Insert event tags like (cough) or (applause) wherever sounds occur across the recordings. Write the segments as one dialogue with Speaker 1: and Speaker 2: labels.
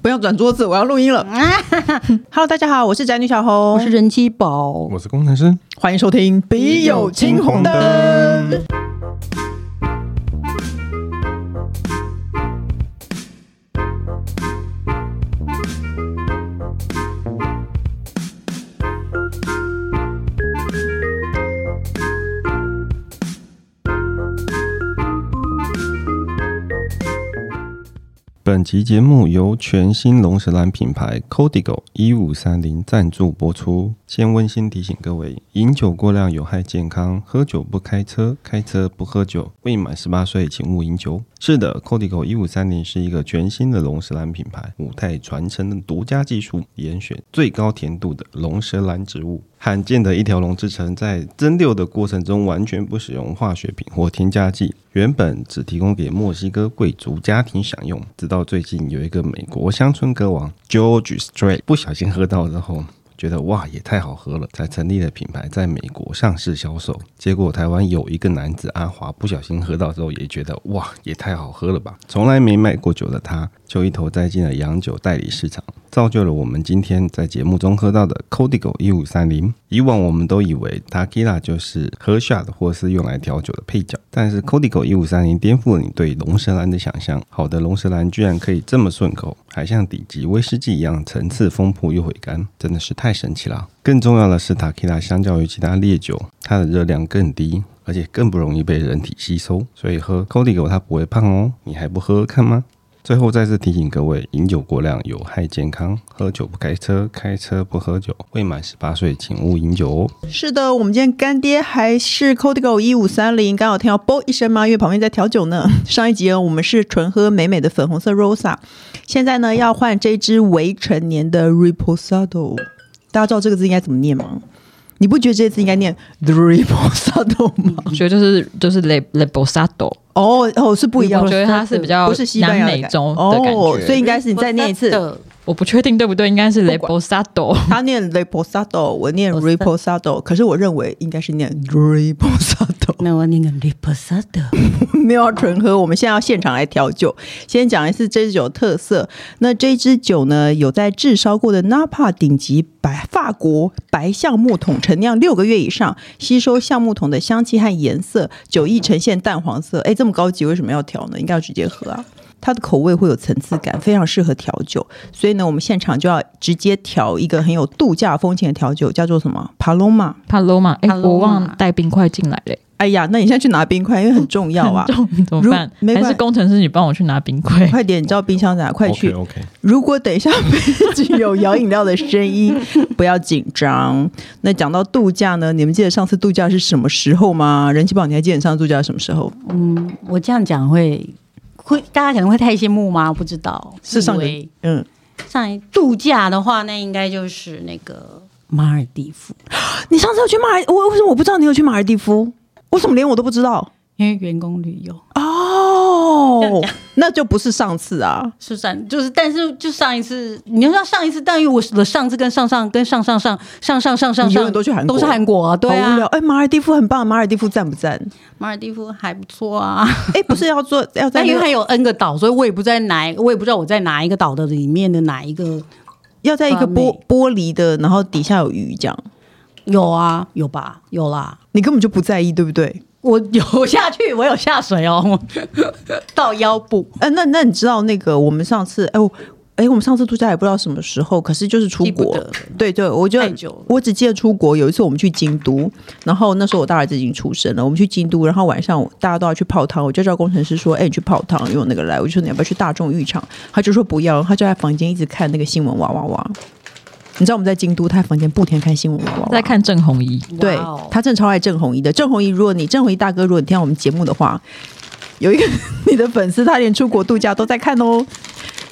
Speaker 1: 不要转桌子，我要录音了。Hello，大家好，我是宅女小红，
Speaker 2: 我是人妻宝，
Speaker 3: 我是工程师，
Speaker 1: 欢迎收听《笔友青红灯》。
Speaker 3: 本集节目由全新龙舌兰品牌 Codigo 一五三零赞助播出。先温馨提醒各位，饮酒过量有害健康，喝酒不开车，开车不喝酒。未满十八岁，请勿饮酒。是的，Codigo 一五三零是一个全新的龙舌兰品牌，五代传承的独家技术，严选最高甜度的龙舌兰植物。罕见的一条龙制成，在蒸馏的过程中完全不使用化学品或添加剂，原本只提供给墨西哥贵族家庭享用。直到最近，有一个美国乡村歌王 George Strait 不小心喝到之后，觉得哇也太好喝了，才成立了品牌，在美国上市销售。结果台湾有一个男子阿华不小心喝到之后，也觉得哇也太好喝了吧，从来没卖过酒的他，就一头栽进了洋酒代理市场，造就了我们今天在节目中喝到的 Codigo 一五三零。以往我们都以为 Tequila 就是喝 shot 或是用来调酒的配角，但是 Codigo 一五三零颠覆了你对龙舌兰的想象。好的龙舌兰居然可以这么顺口，还像顶级威士忌一样层次丰富又回甘，真的是太神奇了。更重要的是，Tequila 相较于其他烈酒，它的热量更低，而且更不容易被人体吸收，所以喝 Codigo 它不会胖哦。你还不喝喝看吗？最后再次提醒各位，饮酒过量有害健康，喝酒不开车，开车不喝酒。未满十八岁，请勿饮酒哦。
Speaker 1: 是的，我们今天干爹还是 Codigo 一五三零，刚好听到啵一声吗？因为旁边在调酒呢。 (laughs) 上一集呢，我们是纯喝美美的粉红色 Rosa，现在呢要换这支未成年的 Reposado。大家知道这个字应该怎么念吗？你不觉得这字应该念 The Reposado 吗？
Speaker 2: 觉得就是就是 le le bosado，
Speaker 1: (laughs) 哦哦，是不一样
Speaker 2: 我
Speaker 1: 的。
Speaker 2: 觉得它是比较
Speaker 1: 不是西班牙的
Speaker 2: 南美
Speaker 1: 感
Speaker 2: 洲的感觉
Speaker 1: 哦，所以应该是你再念一次，
Speaker 2: 我不确定对不对，应该是 le
Speaker 1: 不管
Speaker 2: bosado。
Speaker 1: (laughs) 他念 reposado，我念 reposado，可是我认为应该是念 reposado。
Speaker 4: 那我那个 l i p o s a d o
Speaker 1: 没有要纯喝，我们现在要现场来调酒。先讲一次这支酒的特色。那这支酒呢，有在炙烧过的 Napa 顶级白法国白橡木桶陈酿六个月以上，吸收橡木桶的香气和颜色，酒意呈现淡黄色。哎，这么高级，为什么要调呢？应该要直接喝啊。它的口味会有层次感，非常适合调酒。所以呢，我们现场就要直接调一个很有度假风情的调酒，叫做什么？Paloma。
Speaker 2: Paloma，哎、
Speaker 4: Paloma
Speaker 2: 我忘了带冰块进来嘞、
Speaker 1: 哎呀，那你现在去拿冰块，因为很重要啊。
Speaker 2: 很重 (laughs) 怎么办
Speaker 1: 如？没
Speaker 2: 还
Speaker 1: 关
Speaker 2: 是工程师你帮我去拿冰块？
Speaker 1: 快点，你知道冰箱在哪？快去
Speaker 3: OK，, o
Speaker 1: 如果等一下背景有摇饮料的声
Speaker 4: (laughs)
Speaker 1: 音，不要紧张。那讲到度假呢，你们记得上次度假是什么时候吗？人气宝，你还记得你上次度假是什么时候？
Speaker 4: 嗯，我这样讲会会大家可能会太羡慕吗？不知道，
Speaker 1: 是上
Speaker 4: 以
Speaker 1: 个
Speaker 4: 为
Speaker 1: 嗯，
Speaker 4: 上一度假的话，那应该就是那个马尔蒂夫，
Speaker 1: 你上次有去马尔，我为什么我不知道你有去马尔蒂夫？为什么连我都不知道？
Speaker 4: 因为员工旅游 (laughs)
Speaker 1: 哦，那就不是上次啊。
Speaker 4: 是上就是，但是就上一次，你要说上一次，但于我的上次跟上上跟上上上上上上上
Speaker 1: 你永远
Speaker 4: 上
Speaker 1: 都去韩国
Speaker 4: 都是韩国啊，对
Speaker 1: 好无聊。
Speaker 4: 啊，
Speaker 1: 哎、马尔蒂夫很棒，马尔蒂夫赞不赞？
Speaker 4: 马尔蒂夫还不错啊。
Speaker 1: 哎、不是要
Speaker 4: (laughs)
Speaker 1: 做要在那
Speaker 4: 但因为它
Speaker 1: 个
Speaker 4: 有 N 个岛，所以我也不在哪，我也不知道我在哪一个岛的里面的哪一个
Speaker 1: 要在一个玻玻璃的，然后底下有鱼这样，
Speaker 4: 有啊，有吧，有啦。
Speaker 1: 你根本就不在意，对不对？
Speaker 4: 我有下去，我有下水哦， (laughs) 到腰部。
Speaker 1: 哎、那那你知道那个我们上次哎我哎我们上次度假也不知道什么时候，可是就是出
Speaker 4: 记不
Speaker 1: 国
Speaker 4: 得了，
Speaker 1: 对对，我就
Speaker 4: 太久了
Speaker 1: 我只记得出国有一次我们去京都，然后那时候我大儿子已经出生了，我们去京都，然后晚上大家都要去泡汤，我就叫工程师说，哎、你去泡汤，因为我那个来，我就说你要不要去大众浴场，他就说不要，他就在房间一直看那个新闻哇哇哇。你知道我们在京都，他在房间不停地看新闻哇哇哇，
Speaker 2: 在看郑红怡，
Speaker 1: 对
Speaker 4: 哇哦
Speaker 1: 他真的超爱郑红怡的。郑红怡，如果你郑红怡大哥，如果你听到我们节目的话，有一个 (laughs) 你的粉丝，他连出国度假都在看哦。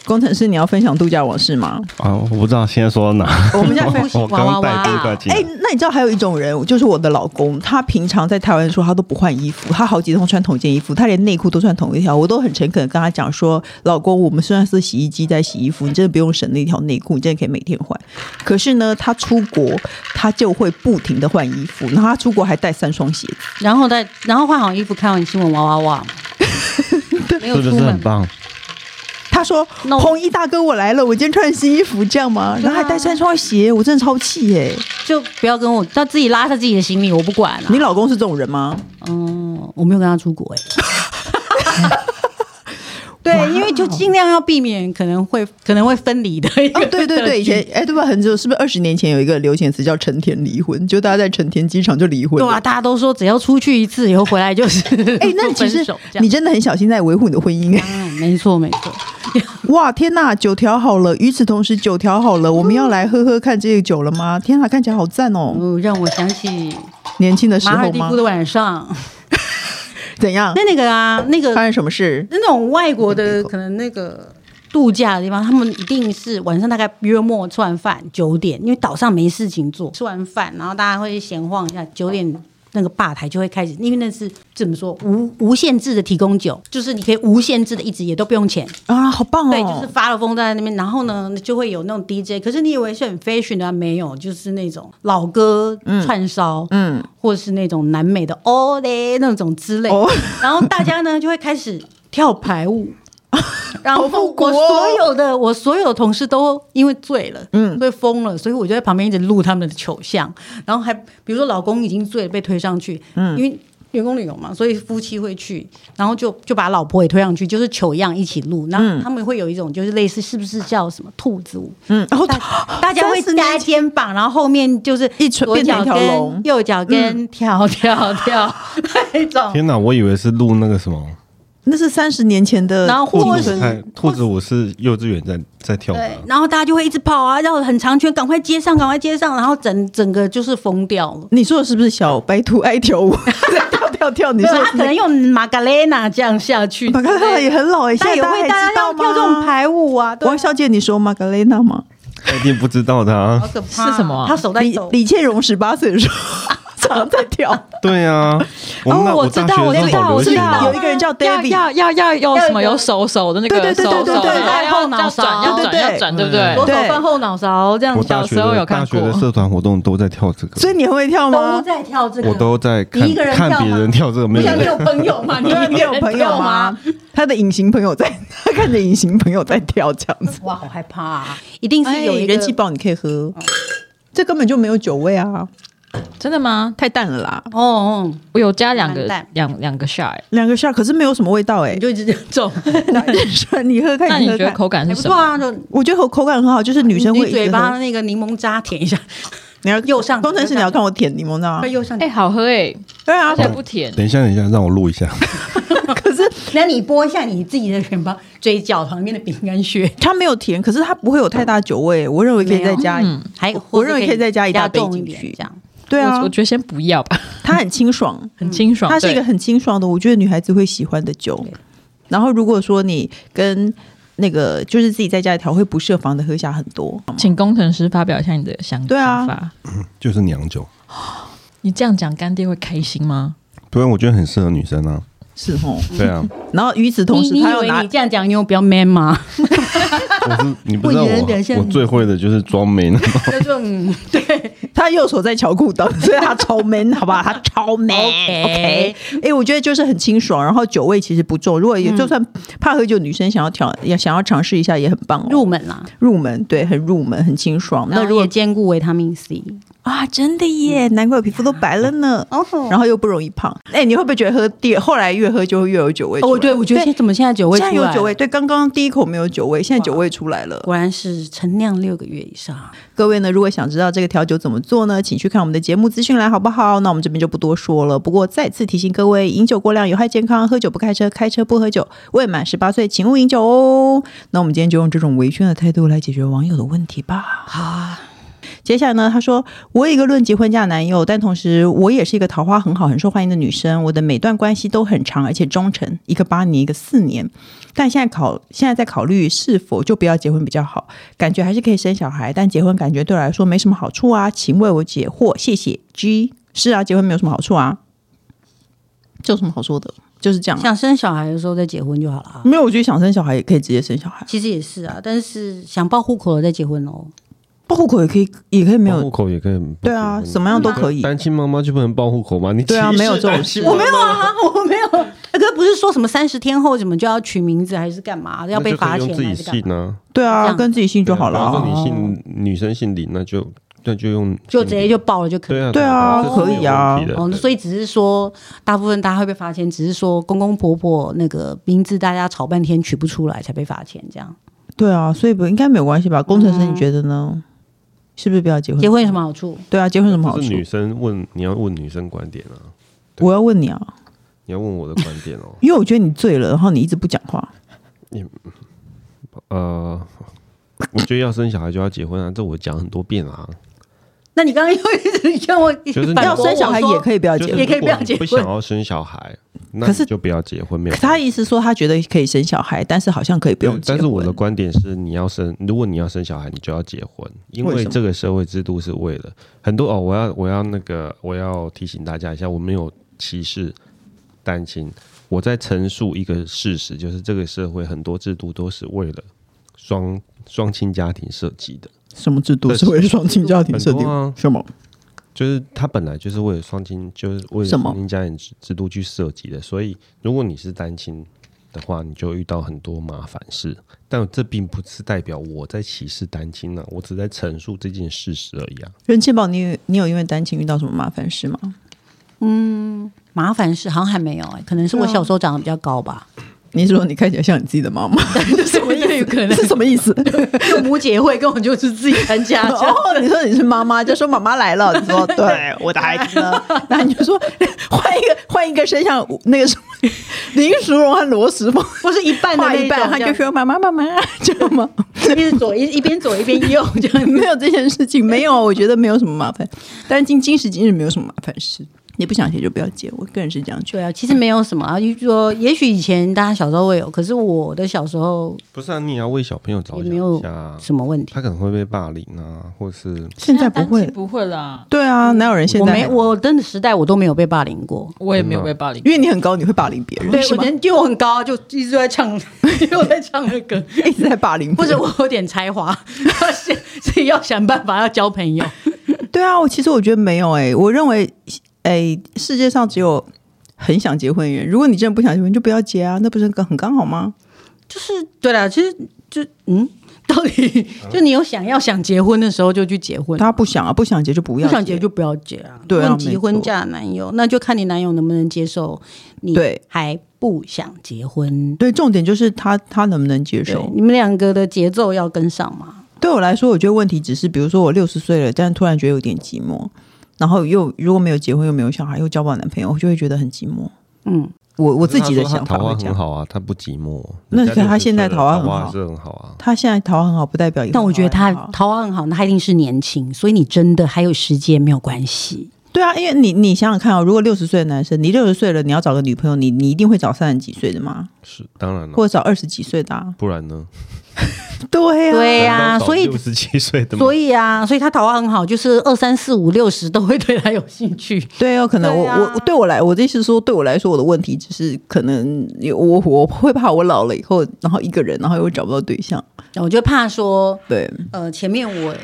Speaker 1: 工程师，你要分享度假往事
Speaker 4: (laughs)
Speaker 1: 吗？
Speaker 3: k 啊，我不知道现在说到哪，
Speaker 1: 我们家分
Speaker 4: 不行
Speaker 3: (laughs) 我
Speaker 4: 哇哇
Speaker 3: 刚带
Speaker 4: 哇
Speaker 3: 冰块进
Speaker 1: 哎、
Speaker 3: 来。
Speaker 1: 那你知道还有一种人，就是我的老公，他平常在台湾的时候他都不换衣服，他好几天穿同一件衣服，他连内裤都穿同一条。我都很诚恳地跟他讲说，老公，我们虽然是洗衣机在洗衣服，你真的不用省那条内裤，你真的可以每天换。可是呢，他出国他就会不停的换衣服，然后他出国还带三双鞋子。
Speaker 4: 然后再 (laughs) 然后换好衣服，看完新闻哇哇哇，没有
Speaker 3: 是不
Speaker 4: 出
Speaker 3: 是
Speaker 4: 门
Speaker 3: 很，棒？
Speaker 1: 他他说：“
Speaker 4: 那我
Speaker 1: 红衣大哥，我来了，我今天穿新衣服，这样吗？
Speaker 4: 对啊啊
Speaker 1: 然后还带三双鞋，我真的超气耶、
Speaker 4: 就不要跟我，他自己拉他自己的行李，我不管啊
Speaker 1: 你。老公是这种人吗？
Speaker 4: 嗯，我没有跟他出国哎、对，因为就尽量要避免可能会可能会分离的一个
Speaker 1: 哦，
Speaker 4: (laughs)
Speaker 1: 对对对，以前哎，对吧？很久是不是二十年前有一个流行词叫“成田离婚”，就大家在成田机场就离婚
Speaker 4: 对
Speaker 1: 了。
Speaker 4: 啊，大家都说只要出去一次，以后回来就是
Speaker 1: 哎、那
Speaker 4: 不
Speaker 1: 其
Speaker 4: 分
Speaker 1: 实
Speaker 4: 手这样
Speaker 1: 你真的很小心在维护你的婚姻
Speaker 4: (laughs)
Speaker 1: 哎、
Speaker 4: 嗯，没错没错，
Speaker 1: 哇，天呐，酒调好了！与此同时，酒调好了，我们要来喝喝看这个酒了吗？天呐，看起来好赞哦！
Speaker 4: 嗯，让我想起
Speaker 1: 年轻的时
Speaker 4: 马尔
Speaker 1: 候
Speaker 4: 蒂
Speaker 1: 吗
Speaker 4: 夫？的晚上，
Speaker 1: 怎
Speaker 4: (laughs)
Speaker 1: 样
Speaker 4: 那？那个啊，那个
Speaker 1: 发生什么事？
Speaker 4: 那种外国的可能那个度假的地方，他们一定是晚上大概约莫吃完饭九点，因为岛上没事情做，吃完饭然后大家会闲晃一下，九点。那个吧台就会开始，因为那是怎么说无无限制的提供酒，就是你可以无限制的一直也都不用钱，
Speaker 1: 啊，好棒哦！
Speaker 4: 对，就是发了疯在那边，然后呢就会有那种 DJ，可是你以为是很 fashion 的、啊，没有，就是那种老歌串烧，
Speaker 1: 嗯，
Speaker 4: 或是那种南美的哦嘞那种之类，
Speaker 1: 哦
Speaker 4: 然后大家呢就会开始跳排
Speaker 1: (laughs)
Speaker 4: 舞。然后
Speaker 1: 好复古
Speaker 4: 我
Speaker 1: 哦
Speaker 4: 所有的我所有的同事都因为醉了，
Speaker 1: 嗯
Speaker 4: 嗯，被疯了，所以我就在旁边一直录他们的糗相，然后还比如说老公已经醉了被推上去，嗯，因为员工旅游嘛，所以夫妻会去，然后就就把老婆也推上去，就是糗样一起录，然后他们会有一种就是类似是不是叫什么兔子舞，
Speaker 1: 嗯，然后 (laughs)
Speaker 4: 大大家会
Speaker 1: 30
Speaker 4: 搭
Speaker 1: 年前
Speaker 4: 肩膀，然后后面就是
Speaker 1: 一圈
Speaker 4: 左
Speaker 1: 变成
Speaker 4: 脚
Speaker 1: 一条龙
Speaker 4: 跟右脚跟跳跳跳那一 (laughs) 种，
Speaker 3: 天哪，我以为是录那个什么
Speaker 1: 那是三十年前的，
Speaker 4: 然后
Speaker 3: 兔
Speaker 4: 或
Speaker 3: 子
Speaker 4: 是
Speaker 3: 舞太，兔子舞是幼稚园在在跳啊
Speaker 4: 对
Speaker 3: 的，，
Speaker 4: 然后大家就会一直跑啊，绕很长圈，赶快接上，赶快接上，然后整整个就是疯掉了。
Speaker 1: 你说的是不是小白兔爱跳舞？ (laughs) 跳跳跳！你
Speaker 4: 对，
Speaker 1: 说
Speaker 4: 他
Speaker 1: 的是
Speaker 4: 可
Speaker 1: 那
Speaker 4: 能
Speaker 1: 个
Speaker 4: 用玛格丽娜这样下去，
Speaker 1: 玛格丽娜也很老哎、欸，现
Speaker 4: 但
Speaker 1: 在
Speaker 4: 也会
Speaker 1: 大家还
Speaker 4: 大
Speaker 1: 知
Speaker 4: 家
Speaker 1: 道
Speaker 4: 要
Speaker 1: 吗？
Speaker 4: 跳这种排舞啊，对啊
Speaker 1: 王小姐，你说玛格丽娜吗？
Speaker 3: 他一定不知道的
Speaker 4: 好
Speaker 3: 啊。
Speaker 4: 可怕，
Speaker 2: 是什么啊
Speaker 4: 他手在
Speaker 1: 李
Speaker 4: 抖。
Speaker 1: 李倩蓉十八岁的时候常常在跳，
Speaker 4: (laughs)
Speaker 3: 对啊，我们那
Speaker 2: 哦我知
Speaker 3: 大
Speaker 2: 道
Speaker 3: 学的时候好
Speaker 2: 我
Speaker 3: 流
Speaker 2: 知
Speaker 3: 行
Speaker 2: 道
Speaker 3: 啊
Speaker 2: 我
Speaker 1: 有一个人叫
Speaker 2: 要
Speaker 1: David，
Speaker 2: 要要要有什么有手手的那个
Speaker 1: 对对对
Speaker 2: 手手，
Speaker 1: 对对对
Speaker 2: 然后要要转要
Speaker 1: 对对
Speaker 2: 转
Speaker 1: 对
Speaker 2: 要转，对嗯不对
Speaker 4: 左？手
Speaker 1: 对
Speaker 4: 放后脑勺这样
Speaker 3: 我
Speaker 4: 子，
Speaker 3: 大学
Speaker 2: 小时候
Speaker 3: 的
Speaker 2: 有看
Speaker 3: 大
Speaker 2: 过
Speaker 3: 学的社团活动都在跳这个，
Speaker 1: 所以你很会跳
Speaker 4: 都
Speaker 1: 吗？
Speaker 4: 在跳这个。
Speaker 3: 我都在看
Speaker 4: 你一个人跳吗
Speaker 3: 看别人跳这个，
Speaker 4: 不
Speaker 3: 没有
Speaker 4: 像你
Speaker 3: 人
Speaker 4: 有朋友吗？ (laughs) 你
Speaker 1: 对啊，你有
Speaker 4: 一个人
Speaker 1: 朋友
Speaker 4: 跳
Speaker 1: 吗？？他的隐形朋友在，他看着隐形朋友在跳这样子。
Speaker 4: 哇，好害怕、啊！一定是有一个
Speaker 1: 人气爆，你可以
Speaker 4: 哦
Speaker 1: 喝，这根本就没有酒味啊，
Speaker 2: 真的吗？
Speaker 1: 太淡了啦。
Speaker 4: 哦哦，
Speaker 2: 我有加两个
Speaker 4: 蛮淡
Speaker 2: 两两个下哎，
Speaker 1: 两个下可是没有什么味道哎、
Speaker 4: 你就一直这样皱，
Speaker 1: 欸， (laughs) 你喝
Speaker 2: 那
Speaker 1: 看，
Speaker 2: 你
Speaker 1: 喝
Speaker 2: 觉得
Speaker 1: 看。
Speaker 2: 口感
Speaker 4: 还不
Speaker 2: 是什
Speaker 4: 错
Speaker 2: 么？
Speaker 4: 啊，就
Speaker 1: 我觉得口口感很好，就是女生会
Speaker 4: 嗯你嘴巴
Speaker 1: 一直喝
Speaker 4: 那个柠檬渣舔一 (laughs) 下，
Speaker 1: 你要
Speaker 4: 右上角
Speaker 1: 工程师你要看我舔柠檬的啊
Speaker 4: 快，右上角
Speaker 2: 哎，。好喝哎，
Speaker 1: 对啊
Speaker 2: 而，且不甜。
Speaker 3: 等一下，等一下，让我录一下。
Speaker 1: 可是
Speaker 4: 那你拨一下你自己的嘴巴嘴角旁边的饼干屑，
Speaker 1: 它没有甜，可是它不会有太大酒味，我认为可以再加。
Speaker 2: 嗯
Speaker 4: 还
Speaker 1: 我认为可以再加一大
Speaker 4: 加
Speaker 1: 杯
Speaker 4: 重一
Speaker 1: 进
Speaker 4: 点
Speaker 1: 去
Speaker 4: 这样。
Speaker 1: 对啊
Speaker 2: 我我，觉得先不要吧，
Speaker 1: 它很清爽，
Speaker 2: 很清爽。
Speaker 1: 它是一个
Speaker 2: 对
Speaker 1: 很清爽的，我觉得女孩子会喜欢的酒。然后如果说你跟那个就是自己在家里调，会不设防的喝下很多。
Speaker 2: 请工程师发表一下你的想
Speaker 1: 对啊
Speaker 2: 想法。
Speaker 3: 就是娘酒，
Speaker 2: 你这样讲，干爹会开心吗？
Speaker 3: 不然我觉得很适合女生啊。
Speaker 1: 是哦，
Speaker 3: 对啊，
Speaker 1: 然后与此同时，
Speaker 4: 你你
Speaker 1: 他
Speaker 4: 以
Speaker 1: 又
Speaker 4: 为
Speaker 1: 拿
Speaker 4: 你这样讲，你有比较 man 吗？ (laughs)
Speaker 3: 我是你不知道
Speaker 4: 我觉得
Speaker 3: 我
Speaker 4: 表现
Speaker 3: 我最会的就是装美呢。
Speaker 4: 就说嗯，对，
Speaker 1: 他右手在瞧裤裆， (laughs) 所以他超
Speaker 4: (laughs)
Speaker 1: man，好不好？他超 man。
Speaker 4: OK
Speaker 1: OK，哎、我觉得就是很清爽，然后酒味其实不重。如果
Speaker 4: 嗯
Speaker 1: 也就算怕喝酒，女生想要调也想要尝试一下也很棒、哦。
Speaker 4: 入门啦，
Speaker 1: 入门对，很入门，很清爽。那
Speaker 4: 那
Speaker 1: 如
Speaker 4: 如
Speaker 1: 果
Speaker 4: 果兼顾维他命 C，
Speaker 1: 啊，真的耶，难怪我皮肤都白了呢。
Speaker 4: (laughs) 哦
Speaker 1: 然后又不容易胖，哎、你会不会觉得喝第后来越喝就会越有酒味出来？
Speaker 4: 哦，对，我觉得
Speaker 1: 对
Speaker 4: 现在怎么现在酒味
Speaker 1: 现在
Speaker 4: 出
Speaker 1: 有
Speaker 4: 来
Speaker 1: 酒
Speaker 4: 了
Speaker 1: 味，对，刚刚第一口没有酒味，现在酒味出来了。
Speaker 4: 果然是陈酿六个月以上。
Speaker 1: 各位呢，如果想知道这个调酒怎么做呢，请去看我们的节目资讯栏，好不好？那我们这边就不多说了。不过再次提醒各位，饮酒过量有害健康，喝酒不开车，开车不喝酒。未满十八岁，请勿饮酒哦。那我们今天就用这种微醺的态度来解决网友的问题吧。
Speaker 4: 好 (laughs) 啊，
Speaker 1: 接下来呢，他说：“我有一个论及婚嫁男友，但同时我也是一个桃花很好、很受欢迎的女生。我的每段关系都很长，而且忠诚，一个八年，一个四年。但现在考，现在在考虑是否就不要结婚比较好。感觉还是可以生小孩，但结婚感觉对我来说没什么好处啊，请为我解惑，谢谢。G 是啊，结婚没有什么好处啊，这有什么好说的？就是这样
Speaker 3: 嗯
Speaker 1: 啊、
Speaker 4: 想生小孩的时候再结婚就好了啊。
Speaker 1: 没有，我觉得想生小孩也可以直接生小孩，
Speaker 4: 其实也是啊，但是想报户口了再结婚哦。
Speaker 1: 报户口也可以，也 (laughs) 可以没
Speaker 3: 报户
Speaker 1: 有。
Speaker 3: 口也可以，
Speaker 1: 对啊，什么样都可以。
Speaker 3: 单亲妈妈就不能报户口吗？你
Speaker 1: 对啊
Speaker 3: 歧视
Speaker 1: 没有这种
Speaker 3: 单亲
Speaker 1: 我
Speaker 3: 妈妈
Speaker 4: 啊，我没有，可是不不是说什么三十天后怎么就要取名字，还是干嘛要被罚
Speaker 3: 那就
Speaker 4: 钱
Speaker 3: 可以用
Speaker 4: 还
Speaker 3: 自
Speaker 4: 是
Speaker 3: 己
Speaker 4: 干嘛？
Speaker 3: 姓啊，
Speaker 1: 对
Speaker 4: 这
Speaker 1: 啊，
Speaker 4: 样
Speaker 1: 跟自己姓就好了
Speaker 3: 比方
Speaker 1: 啊。
Speaker 3: 说你姓女生姓林，那就那就用
Speaker 4: 就直接就报了就可以
Speaker 3: 对
Speaker 4: 了。
Speaker 3: 啊
Speaker 1: 对啊
Speaker 3: 这是没有
Speaker 1: 可以啊
Speaker 3: 问题的
Speaker 4: 哦，所以只是说，大部分大家会被罚钱，只是说公公婆婆那个名字大家吵半天取不出来才被罚钱，这样
Speaker 1: 对啊，所以不应该没有关系吧？工程师，你觉得呢？是不是不要结婚？
Speaker 4: 结婚有什么好处？
Speaker 1: 对啊，结婚有什么好
Speaker 3: 这
Speaker 1: 处
Speaker 3: 是？女生问你要问女生观点啊，
Speaker 1: 我要问你啊，。
Speaker 3: 你要问我的观点哦
Speaker 1: 因为我觉得你醉了，然后你一直不讲话。
Speaker 3: 呃，我觉得要生小孩就要结婚啊，这我讲很多遍啊。
Speaker 4: 那你刚刚又一 (laughs) 直叫哎我
Speaker 3: 是你
Speaker 1: 要生小孩也可
Speaker 4: 以，
Speaker 1: 以不要结
Speaker 3: 就是
Speaker 1: 婚
Speaker 4: 也，可以不要结
Speaker 3: 如果你不
Speaker 4: 婚
Speaker 3: 想要生小孩，那
Speaker 1: 可
Speaker 3: 你
Speaker 1: 是
Speaker 3: 就不要结婚，没有
Speaker 1: 可。他意思说他觉得可以生小孩，但是好像可以不用结
Speaker 3: 但
Speaker 1: 婚。
Speaker 3: 是我的观点是，你要生，如果你要生小孩，你就要结婚，因
Speaker 1: 为
Speaker 3: 为
Speaker 1: 什么
Speaker 3: 这个社会制度是为了很多哦。我要我要那个，我要提醒大家一下，我没有歧视单亲，我在陈述一个事实，就是这个社会很多制度都是为了双双亲家庭设计的，
Speaker 1: 什么制度
Speaker 3: 对
Speaker 1: 是为了双亲家庭设定
Speaker 3: 很多啊？
Speaker 1: 什么？
Speaker 3: 就是它本来就是为了双亲，就是为了
Speaker 1: 什么
Speaker 3: 双亲家庭制制度去设计的。所以，如果你是单亲的话，你就遇到很多麻烦事。但这并不是代表我在歧视单亲呢、我只在陈述这件事实而已啊。
Speaker 1: 任倩宝，你有你有因为单亲遇到什么麻烦事吗？
Speaker 4: 麻烦事好像还没有、欸，可能是我小时候长得比较高吧，
Speaker 1: 你是说你看起来像你自己的妈妈，
Speaker 4: 什么也有可
Speaker 1: (laughs)
Speaker 4: 能
Speaker 1: 是什么意思？
Speaker 4: 就母姐会跟我就是自己参加这 (laughs) 样。
Speaker 1: (laughs) 哦，你说你是妈妈，就说妈妈来了，你
Speaker 4: (laughs)
Speaker 1: 说对，我的孩子呢？ (laughs) 那你就说换一个换一个身上那个什么 (laughs) 林淑荣和罗时丰，
Speaker 4: 不是一半的
Speaker 1: 画
Speaker 4: 那
Speaker 1: 一半，
Speaker 4: 种
Speaker 1: 他
Speaker 4: 这
Speaker 1: 就
Speaker 4: 样
Speaker 1: 说妈妈妈 (laughs) 妈，知道吗？
Speaker 4: 一边左一一边左一边右这样子
Speaker 1: 没有这件事情，没有，我觉得没有什么麻烦。但今今时今日没有什么麻烦事，你不想结就不要结，我个人是这样觉
Speaker 4: 对啊，其实没有什么啊，就说也许以前大家小时候会有，可是我的小时候
Speaker 3: 不是啊，你也要为小朋友着
Speaker 4: 也
Speaker 3: 想
Speaker 4: 没有
Speaker 3: 一下啊，
Speaker 4: 什么问题。
Speaker 3: 他可能会被霸凌啊，或是
Speaker 1: 得。现在不
Speaker 2: 单
Speaker 1: 会
Speaker 2: 亲，不会啦，
Speaker 1: 对啊，哪有人现
Speaker 4: 我
Speaker 1: 在
Speaker 4: 没我的时代我都没有被霸凌过。
Speaker 2: 我也没有被霸凌
Speaker 1: 因。为你很高，你会霸凌别人，
Speaker 4: 对，
Speaker 1: 是
Speaker 4: 我
Speaker 1: 吗
Speaker 4: 觉得因为我很高，就一直在唱， (laughs) 因为我在唱那
Speaker 1: (laughs)
Speaker 4: 个，
Speaker 1: 一直在霸凌别人，
Speaker 4: 或者我有点才华， (laughs) 要先自己要想办法要交朋友。
Speaker 1: 对啊，我其实我觉得没有哎、我认为哎、世界上只有很想结婚的人。如果你真的不想结婚，就不要结啊，那不是很很刚好吗？
Speaker 4: 就是对了，其实就嗯，到底
Speaker 1: 啊
Speaker 4: 就你有想要想结婚的时候就去结婚，
Speaker 1: 他不想啊，不想结就不
Speaker 4: 不
Speaker 1: 要
Speaker 4: 想结就不要结啊。
Speaker 1: 对啊
Speaker 4: 问及
Speaker 1: 没
Speaker 4: 婚
Speaker 1: 错
Speaker 4: 嫁男友，那就看你男友能不能接受你
Speaker 1: 对
Speaker 4: 还不想结婚。
Speaker 1: 对，重点就是他他能不能接
Speaker 4: 对
Speaker 1: 受。
Speaker 4: 你们两个的节奏要跟上嘛？
Speaker 1: 对我来说，我觉得问题只是，比如说我六十岁了，但突然觉得有点寂寞，然后又如果没有结婚，又没有小孩，又交不到男朋友，我就会觉得很寂寞。
Speaker 4: 嗯，
Speaker 1: 我我
Speaker 3: 我
Speaker 1: 自己的想法
Speaker 3: 桃花
Speaker 1: 会这
Speaker 3: 很
Speaker 1: 样。
Speaker 3: 好啊，他不寂寞。
Speaker 1: 那
Speaker 3: 人家
Speaker 1: 是他
Speaker 3: 60
Speaker 1: 现在
Speaker 3: 岁了
Speaker 1: 桃花
Speaker 3: 桃
Speaker 1: 很
Speaker 3: 花
Speaker 1: 好
Speaker 3: 还是很好啊。
Speaker 1: 他现在桃花很好，不代表以后
Speaker 4: 但我觉得
Speaker 1: 桃花很
Speaker 4: 他
Speaker 1: 好
Speaker 4: 桃花很好，那他一定是年轻，所以你真的还有时间没有关系。
Speaker 1: 对啊，因为你你想想看哦，如果六十岁的男生，你六十岁了，你要找个女朋友，你你一定会找三十几岁的吗？
Speaker 3: 是当然了，
Speaker 1: 或者找二十几岁的、啊。
Speaker 3: 不然呢？
Speaker 1: 对啊，
Speaker 4: 对呀、所以
Speaker 3: 六十七岁的吗
Speaker 4: 所以啊，所以他桃花很好，就是二三四五六十都会对他有兴趣。 (laughs)
Speaker 1: 对有可能我、
Speaker 4: 对啊
Speaker 1: 我对我来，我的意思是说，对我来说，我的问题只是可能我我会怕我老了以后，然后一个人，然后又找不到对象。
Speaker 4: 我就怕说，
Speaker 1: 对，
Speaker 4: 呃，前面我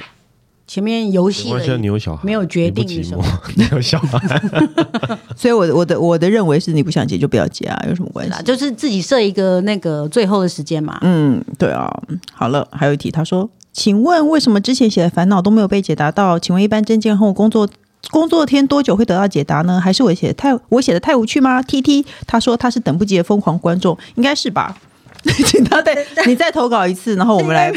Speaker 4: 前面游戏
Speaker 3: 没关系啊，
Speaker 4: 了
Speaker 3: 你有小孩，
Speaker 4: 没有决
Speaker 3: 你不
Speaker 4: 定的
Speaker 3: 寂
Speaker 4: 时
Speaker 3: 寞， (laughs) 你有小孩，
Speaker 1: 所以我的我的我的认为是你不想结就不要结啊，有什么关
Speaker 4: 啦，
Speaker 1: 系？
Speaker 4: 就是自己设一个那个最后的时间嘛。
Speaker 1: 嗯，对啊。好了，还有一题，他说，请问为什么之前写的烦恼都没有被解答到？请问一般证件后工作。工作天多久会得到解答呢？还是我写的太我写的太无趣吗？T T，他说他是等不及的疯狂观众，应该是吧？请他再你再投稿一次，然后我们
Speaker 4: (laughs)
Speaker 1: 来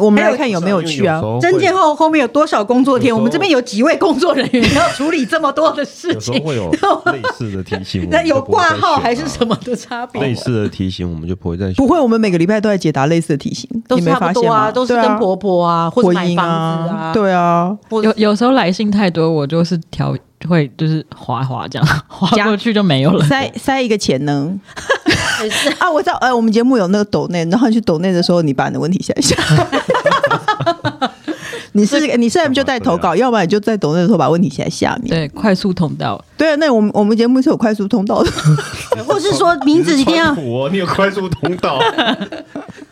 Speaker 1: 我们来看有没有趣啊？
Speaker 4: 真见
Speaker 3: 后
Speaker 4: 后后面有多少工作
Speaker 3: 有时
Speaker 4: 天？
Speaker 3: 候
Speaker 4: 我们这边有几位工作人员要处理这么多的事
Speaker 3: 有时候
Speaker 4: 情，
Speaker 3: 会有类似的提醒，
Speaker 4: (laughs) 那有挂
Speaker 3: 啊
Speaker 4: 号还是什
Speaker 3: 么？
Speaker 4: 么的差别
Speaker 3: 类？似的提醒我们就不会再选
Speaker 1: 不会，我们每个礼拜都在解答类似的题型，
Speaker 4: 都
Speaker 1: 你没
Speaker 4: 差
Speaker 1: 发
Speaker 4: 不
Speaker 1: 现
Speaker 4: 多
Speaker 1: 吗？
Speaker 4: 啊，都是
Speaker 1: 对啊
Speaker 4: 跟婆婆啊，或者
Speaker 1: 婚
Speaker 4: 买
Speaker 1: 姻
Speaker 4: 房子
Speaker 1: 啊，，对啊，
Speaker 4: 或
Speaker 2: 有
Speaker 4: 者
Speaker 2: 有时候来信太多，我就是调会就是划一划这样， (laughs) 划过去就没有了。
Speaker 1: 塞塞一个潜
Speaker 4: (laughs)
Speaker 1: 能
Speaker 4: 也是
Speaker 1: 啊！我知道，呃，我们节目有那个抖内，然后你去抖内的时候，你把你的问题写一
Speaker 4: (laughs)
Speaker 1: 下。你是你是不就在投稿，要不然你就在抖内的时候把问题写在下面。
Speaker 2: 啊对，快速通道，
Speaker 1: 对，啊那我们我们节目是有快速通
Speaker 4: (laughs)
Speaker 1: 道的，
Speaker 4: 或是说名字一定 (laughs) 要，
Speaker 3: 我你有快速通道，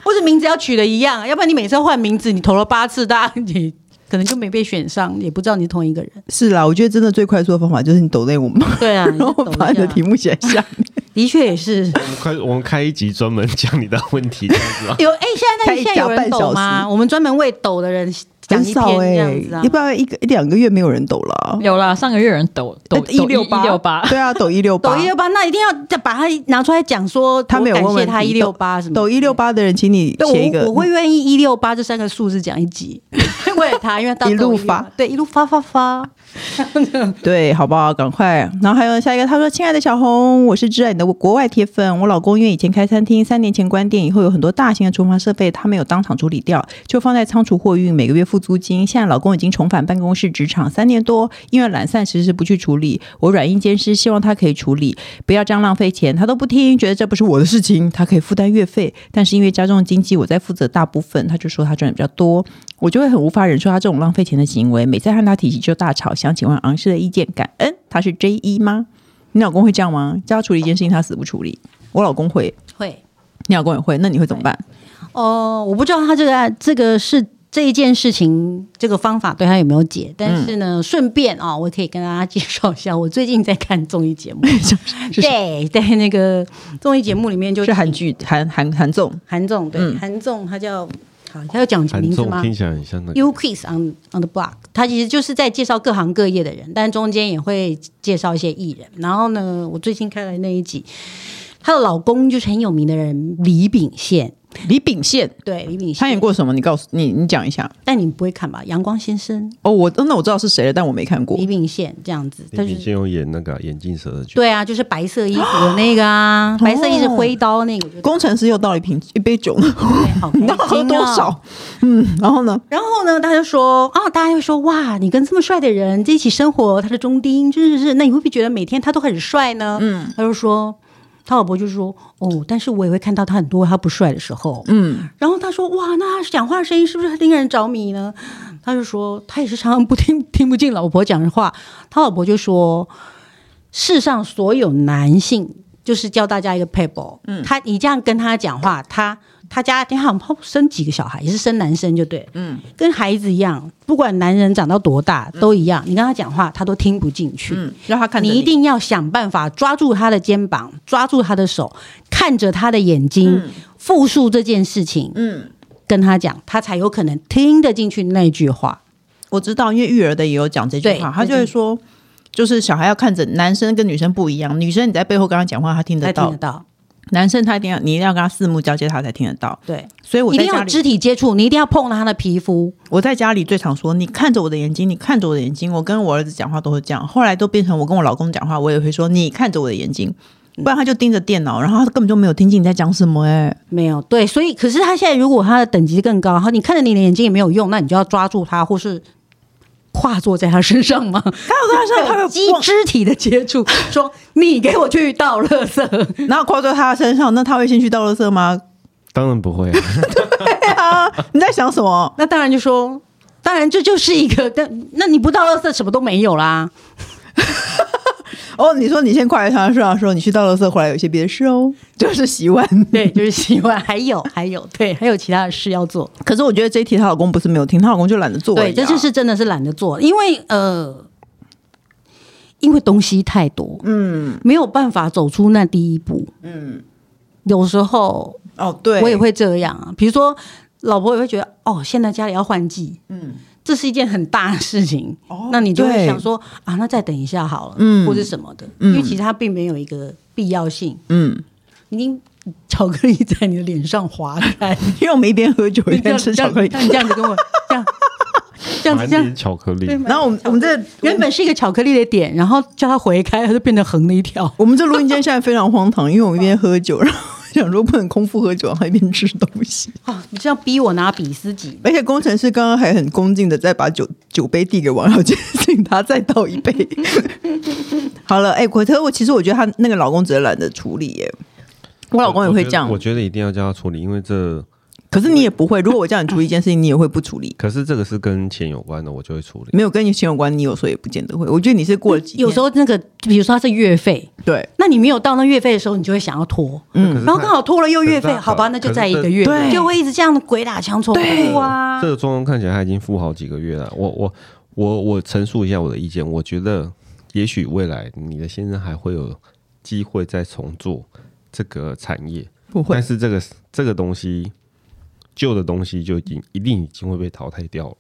Speaker 4: 或是名字要取的一样，要不然你每次要换名字，你投了八次，大家你可能就没被选上，也不知道你是同一个人。
Speaker 1: 是啦。我觉得真的最快速的方法就是你抖内我们，
Speaker 4: (laughs) 对啊，
Speaker 1: 然后把你的题目写在下面。
Speaker 4: 的确也是。
Speaker 3: 我们 (laughs) 开我们开一集专门讲你的问题，这样子
Speaker 4: (laughs)
Speaker 3: 啊
Speaker 4: 有哎、现在
Speaker 1: 开
Speaker 4: 那
Speaker 1: 一
Speaker 4: 现在有
Speaker 1: 家半
Speaker 4: 人
Speaker 1: 小
Speaker 4: 抖吗？
Speaker 1: 时
Speaker 4: 我们专门为抖的人 (laughs) 讲
Speaker 1: 很
Speaker 4: 一
Speaker 1: 少
Speaker 4: 篇
Speaker 1: 哎、
Speaker 4: 这样子啊
Speaker 1: 要。不然一个一两个月没有人抖了啊、
Speaker 2: 有啦，上个月有人抖抖抖
Speaker 1: 哎一六八
Speaker 2: 一六八，
Speaker 1: 对啊，抖一六八
Speaker 4: 抖一。六八，那一定要再把它拿出来讲说，
Speaker 1: 他没有
Speaker 4: 我感
Speaker 1: 问问
Speaker 4: 谢
Speaker 1: 题
Speaker 4: 他一六八什么的。
Speaker 1: 抖一六八的人，请你
Speaker 4: 对，
Speaker 1: 写一个
Speaker 4: 我我会愿意一六八这三个数字讲一集， (laughs) 为了他，因为到
Speaker 1: 一路发
Speaker 4: 抖音嘛，对，一路发发发。
Speaker 1: 对，好不好？赶快。然后还有下一个，他说：“亲爱的小红，我是挚爱你的国外铁粉。我老公因为以前开餐厅，三年前关店以后，有很多大型的厨房设备，他没有当场处理掉，就放在仓储货运，每个月付租金。现在老公已经重返办公室职场三年多，因为懒散，迟迟不去处理。我软硬兼施，希望他可以处理，不要这样浪费钱。他都不听，觉得这不是我的事情，他可以负担月费。但是因为家中的经济，我在负责大部分，他就说他赚的比较多。”我就会很无法忍受他这种浪费钱的行为，每次和他提起就大吵。想请问昂氏的意见，感恩他是 J 一吗？你老公会这样吗？叫他处理一件事情，他死不处理。我老公会，
Speaker 4: 会
Speaker 1: 你老公也会，那你会怎么办？
Speaker 4: 哦、我不知道他这个这个是这一件事情这个方法对他有没有解，但是
Speaker 1: 嗯
Speaker 4: 呢，顺便啊、我可以跟大家介绍一下，我最近在看综艺节目，
Speaker 1: (laughs) 是
Speaker 4: 对，在那个综艺节目里面就是
Speaker 1: 韩剧韩韩韩综，
Speaker 4: 韩总，对，
Speaker 1: 嗯
Speaker 4: 韩总他叫好，他要讲
Speaker 3: 韩
Speaker 4: 名字
Speaker 3: 综
Speaker 4: 吗？
Speaker 3: 听起来很像那个
Speaker 4: U Quiz on on the Block，他其实就是在介绍各行各业的人，但中间也会介绍一些艺人。然后呢，我最近看了那一集，她的老公就是很有名的人李秉宪，
Speaker 1: 李秉宪
Speaker 4: 对李秉宪，
Speaker 1: 他演过什么？你告诉你，你讲一下。
Speaker 4: 但你不会看吧？阳光先生
Speaker 1: 哦，我那我知道是谁了，但我没看过
Speaker 4: 李。秉宪这样子，他
Speaker 3: 李
Speaker 4: 就
Speaker 3: 秉
Speaker 4: 是
Speaker 3: 宪有演那个啊眼镜蛇的剧，
Speaker 4: 对啊，就是白色衣服的那个啊，白色衣服挥刀那个，我觉得
Speaker 1: 工程师又倒了一瓶一杯 (laughs) 酒，
Speaker 4: 好开
Speaker 1: 你
Speaker 4: 心
Speaker 1: 那
Speaker 4: 啊
Speaker 1: 喝多少？嗯，然后呢？
Speaker 4: 然后呢，他就说啊，大家就说哇，你跟这么帅的人在一起生活，他是中丁，真的是，那你会不会觉得每天他都很帅呢？嗯，他就说，他老婆就说哦，但是我也会看到他很多他不帅的时候，嗯，然后他说哇，那他讲话的声音是不是令人着迷呢？他就说他也是常常不听听不进老婆讲的话，他老婆就说，世上所有男性。就是教大家一个 paper，嗯，他你这样跟他讲话，他他家庭好像生几个小孩，也是生男生就对，嗯，跟孩子一样，不管男人长到多大都一样，你跟他讲话他都听不进去，
Speaker 1: 嗯，让他看着
Speaker 4: 你一定要想办法抓住他的肩膀，抓住他的手，看着他的眼睛，复述这件事情，
Speaker 1: 嗯，
Speaker 4: 跟他讲，他才有可能听得进去那句话。
Speaker 1: 我知道，因为育儿的也有讲这句
Speaker 4: 对
Speaker 1: 话，他
Speaker 4: 对
Speaker 1: 就会
Speaker 4: 对
Speaker 1: 说，就是小孩要看着男生跟女生不一样，女生你在背后跟他讲话，他听得
Speaker 4: 才
Speaker 1: 到；
Speaker 4: 听得到。
Speaker 1: 男生他一定要你一定要跟他四目交接，他才听得到。
Speaker 4: 对，
Speaker 1: 所以我
Speaker 4: 一
Speaker 1: 在
Speaker 4: 定要
Speaker 1: 家
Speaker 4: 有
Speaker 1: 里，
Speaker 4: 肢体接触，你一定要碰到他的皮肤。
Speaker 1: 我在家里最常说，你看着我的眼睛，你看着我的眼睛。我跟我儿子讲话都是这样，后来都变成我跟我老公讲话，我也会说你看着我的眼睛，
Speaker 4: 嗯
Speaker 1: 不然他就盯着电脑，然后他根本就没有听清你在讲什
Speaker 4: (laughs)
Speaker 1: 么、哎，
Speaker 4: 没有对，所以可是他现在如果他的等级更高，然后你看着你的眼睛也没有用，那你就要抓住他，或是跨坐在他身上吗？
Speaker 1: 他有跟他说他
Speaker 4: 有
Speaker 1: 会
Speaker 4: 肢
Speaker 1: 往，
Speaker 4: 肢体的接触，说你给我去倒垃圾。
Speaker 1: 然后跨到他的身上，那他会先去倒垃圾吗？
Speaker 3: 当然不会啊，
Speaker 1: 对啊，你在想什么？
Speaker 4: 那当然就说，当然这就是一个， (laughs) 但那你不到垃圾什么都没有啦。
Speaker 1: 哦，你说你先跨在他身上说你去倒垃圾，回来有一些别的事哦，就是洗碗。
Speaker 4: 对，就是喜欢，还有还有，对，还有其他的事要做。
Speaker 1: (laughs) 可是我觉得这一题她老公不是没有听，她老公就懒得做、啊
Speaker 4: 对，这就是真的是懒得做，因为呃，因为东西太多，嗯，没有办法走出那第一步，嗯，有时候
Speaker 1: 哦，对，
Speaker 4: 我也会这样啊，比如说老婆也会觉得哦，现在家里要换季，
Speaker 1: 嗯
Speaker 4: 嗯。这是一件很大的事情，
Speaker 1: 哦
Speaker 4: 那你就会
Speaker 1: 对
Speaker 4: 想说啊，那再等一下好了，
Speaker 1: 嗯
Speaker 4: 或者什么的，因为其实它并没有一个必要性，
Speaker 1: 嗯，
Speaker 4: 已经巧克力在你的脸上滑开，
Speaker 1: (laughs) 因为我们一边喝酒一边吃巧克力
Speaker 4: 那，你这样子跟我这样 (laughs) 这样
Speaker 3: 满
Speaker 4: 子这样
Speaker 3: 脸巧克力
Speaker 4: 对，
Speaker 1: 然后我们我们这
Speaker 4: 原本是一个巧克力的点，然后叫它回开，它就变成横了一条。
Speaker 1: 我们这录音间现在非常荒唐，因为我们一边喝酒，然后我想说不能空腹喝酒，然后一边吃东西，
Speaker 4: 啊，你这样逼我拿比斯吉，
Speaker 1: 而且工程师刚刚还很恭敬的再把酒酒杯递给王小姐， (laughs) 请她再倒一杯。好了，哎、可是我其实我觉得她那个老公只是懒得处理耶。我老公也会这样
Speaker 3: 我，觉得我觉得一定要叫他处理，因为这
Speaker 1: 可是你也不会。如果我叫你处理一件事情，你也会不处理。
Speaker 3: 可是这个是跟钱有关的，我就会处理。
Speaker 1: 没有跟你钱有关，你有时候也不见得会。我觉得你是过了几天
Speaker 4: 有时候那个，比如说它是月费，
Speaker 1: 对，
Speaker 4: 那你没有到那月费的时候，你就会想要拖，
Speaker 3: 可是
Speaker 4: 嗯然后
Speaker 3: 他
Speaker 4: 刚好拖了又月
Speaker 3: 可
Speaker 4: 费，
Speaker 3: 是他
Speaker 4: 好吧，那就再一个
Speaker 1: 可是这
Speaker 4: 月，
Speaker 1: 对
Speaker 4: 就会一直这样鬼打墙重复啊
Speaker 3: 这。个状况看起来他已经付好几个月了。我我我我陈述一下我的意见，我觉得也许未来你的先生还会有机会再重做这个产业，
Speaker 1: 不会
Speaker 3: 但，是这个这个东西，旧的东西就已经一定已经会被淘汰掉了。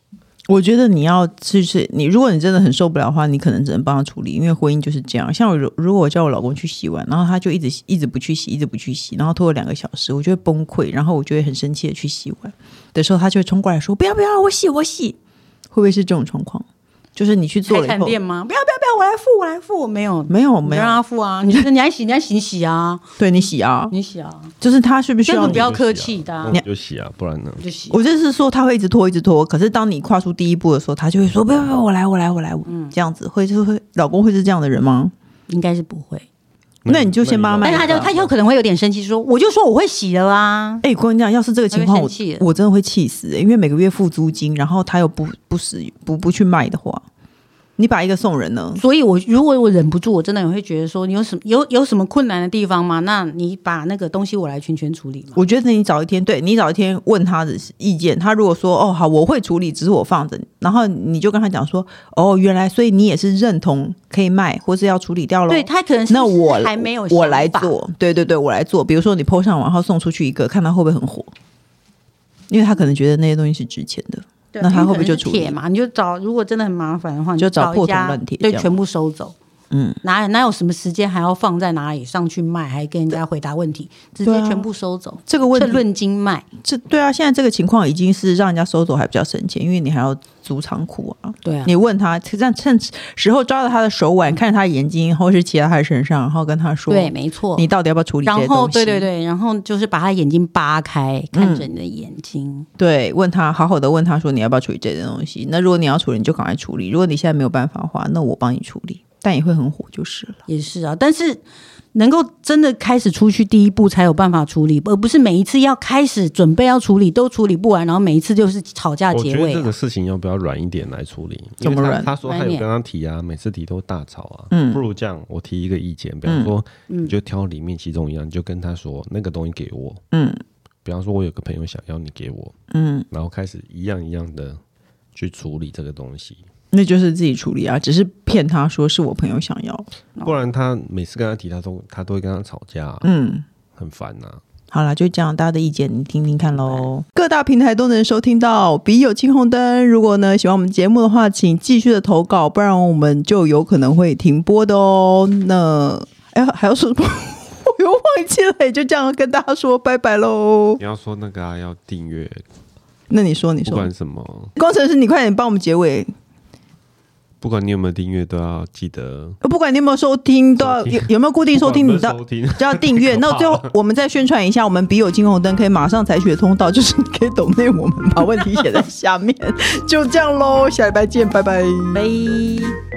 Speaker 1: 我觉得你要就是你，如果你真的很受不了的话，你可能只能帮他处理，因为婚姻就是这样。像我如如果我叫我老公去洗碗，然后他就一直 (laughs) 一直不去洗，一直不去洗，然后拖了两个小时，我就会崩溃，然后我就会很生气的去洗碗的时候，他就会冲过来说：“不要不要，我洗我洗。”会不会是这种状况？就是你去做
Speaker 4: 开
Speaker 1: 了以
Speaker 4: 饭
Speaker 1: 后，
Speaker 4: 店吗？不要不要不要，我来付我来付，没有
Speaker 1: 没有没
Speaker 4: 没
Speaker 1: 有
Speaker 4: 让，他付啊，你觉得你还洗你还洗洗啊，
Speaker 1: 对你洗啊，
Speaker 4: 你洗啊，
Speaker 1: 就是他是不是需
Speaker 4: 根
Speaker 1: 要
Speaker 4: 本
Speaker 1: 你
Speaker 4: 不要客气的啊
Speaker 3: 那我就洗啊，不然呢
Speaker 4: 你？就洗。
Speaker 1: 我就是说他会一直拖，一直拖。可是当你跨出第一步的时候，他就会说：“不要不要，我来，我来，我来。”
Speaker 4: 嗯
Speaker 1: 这样子会就是会，老公会是这样的人吗？
Speaker 4: 应该是不会，
Speaker 1: 那你就先帮他买
Speaker 4: 但
Speaker 1: 一
Speaker 4: 是
Speaker 1: 个
Speaker 4: 他就他有可能会有点生气，说我就说我会洗啊的啦。
Speaker 1: 哎、我跟你讲，要是这个情况，
Speaker 4: 他会
Speaker 1: 我
Speaker 4: 生气
Speaker 1: 我真的会气死、欸因为每个月付租金，然后他又不不使不不去卖的话，你把一个送人呢？
Speaker 4: 所以我，如果我忍不住，我真的也会觉得说，你有什么有有什么困难的地方吗？那你把那个东西我来全权处理嘛。
Speaker 1: 我觉得你找一天，对你找一天问他的意见，他如果说哦好，我会处理，只是我放着，然后你就跟他讲说哦，原来所以你也是认同可以卖，或是要处理掉喽。
Speaker 4: 对他可能是
Speaker 1: 哦那我
Speaker 4: 还没有
Speaker 1: 我来
Speaker 4: 想法，
Speaker 1: 做，对对对，我来做。比如说你 PO 上网，然后送出去一个，看他会不会很火，因为他可能觉得那些东西是值钱的。
Speaker 4: 对
Speaker 1: 那他会不会
Speaker 4: 因为可能是
Speaker 1: 就处理
Speaker 4: 铁嘛？你就找，如果真的很麻烦的话，你
Speaker 1: 就找
Speaker 4: 找
Speaker 1: 破
Speaker 4: 一家
Speaker 1: 铜烂铁
Speaker 4: 对，
Speaker 1: 这样
Speaker 4: 全部收走。
Speaker 1: 嗯，
Speaker 4: 哪哪有什么时间还要放在哪里上去卖，还跟人家回答问题，直
Speaker 1: 对
Speaker 4: 接
Speaker 1: 啊
Speaker 4: 全部收走，
Speaker 1: 这个问
Speaker 4: 趁
Speaker 1: 题，
Speaker 4: 论斤卖。
Speaker 1: 这对啊，现在这个情况已经是让人家收走还比较省钱，因为你还要租仓库啊。
Speaker 4: 对啊，
Speaker 1: 你问他，趁趁时候抓到他的手腕，看着他的眼睛，或是骑在他的身上，然后跟他说，
Speaker 4: 对，没错。
Speaker 1: 你到底要不要处理这些
Speaker 4: 然
Speaker 1: 东西？
Speaker 4: 后对对对，然后就是把他眼睛扒开，看
Speaker 3: 嗯
Speaker 4: 着你的眼睛。
Speaker 1: 对，问他好好的问他说你要不要处理这些东西？那如果你要处理，你就赶快处理；如果你现在没有办法的话，那我帮你处理，但也会很火就是了。
Speaker 4: 也是啊，但是能够真的开始出去第一步，才有办法处理，而不是每一次要开始准备要处理都处理不完，然后每一次就是吵架
Speaker 3: 我觉
Speaker 4: 结
Speaker 3: 得
Speaker 4: 尾
Speaker 3: 这
Speaker 4: 啊、
Speaker 3: 个事情要不要软一点来处理？
Speaker 1: 怎么
Speaker 3: 因为他
Speaker 1: 软
Speaker 3: 他说他
Speaker 4: 软一
Speaker 3: 有
Speaker 4: 点
Speaker 3: 跟他提啊，每次提都大吵啊。
Speaker 1: 嗯
Speaker 3: 不如这样，我提一个意见，比
Speaker 4: 嗯
Speaker 3: 方说，你就挑里面其中一样，你就跟他说那个东西给我。
Speaker 1: 嗯
Speaker 3: 比方说，我有个朋友想要你给我，
Speaker 1: 嗯，
Speaker 3: 然后开始一样一样的去处理这个东西，
Speaker 1: 那就是自己处理啊，只是骗他说是我朋友想要。
Speaker 3: 不然他每次跟他提，他都他都会跟他吵架啊，
Speaker 1: 嗯，
Speaker 3: 很烦啊呐。
Speaker 1: 好啦，就这样，大家的意见你听听看喽。各大平台都能收听到《笔友青红灯》。如果呢喜欢我们节目的话，请继续的投稿，不然我们就有可能会停播的哦。那哎，还要说什么？ (laughs) 我又忘记了，也就这样跟大家说拜拜喽。
Speaker 3: 你要说那个啊，要订阅，
Speaker 1: 那你说，你
Speaker 3: 不
Speaker 1: 说
Speaker 3: 管，什么，
Speaker 1: 工程师，你快点帮我们结尾。
Speaker 3: 不管你有没有订阅，都要记得
Speaker 1: 呃不管你有没有收听，都要
Speaker 3: 收听
Speaker 1: 有有没有固定收听，
Speaker 3: 不
Speaker 1: 你
Speaker 3: 管
Speaker 1: 都
Speaker 3: 有没有收听。
Speaker 1: 就要订阅。
Speaker 3: 太可怕
Speaker 1: 那
Speaker 3: 了
Speaker 1: 最后我们再宣传一下，我们笔友金红灯可以马上采取的通道，就是你可以懂内我们，把问题写在下面。就这样喽，下礼拜见，拜拜。
Speaker 4: 拜。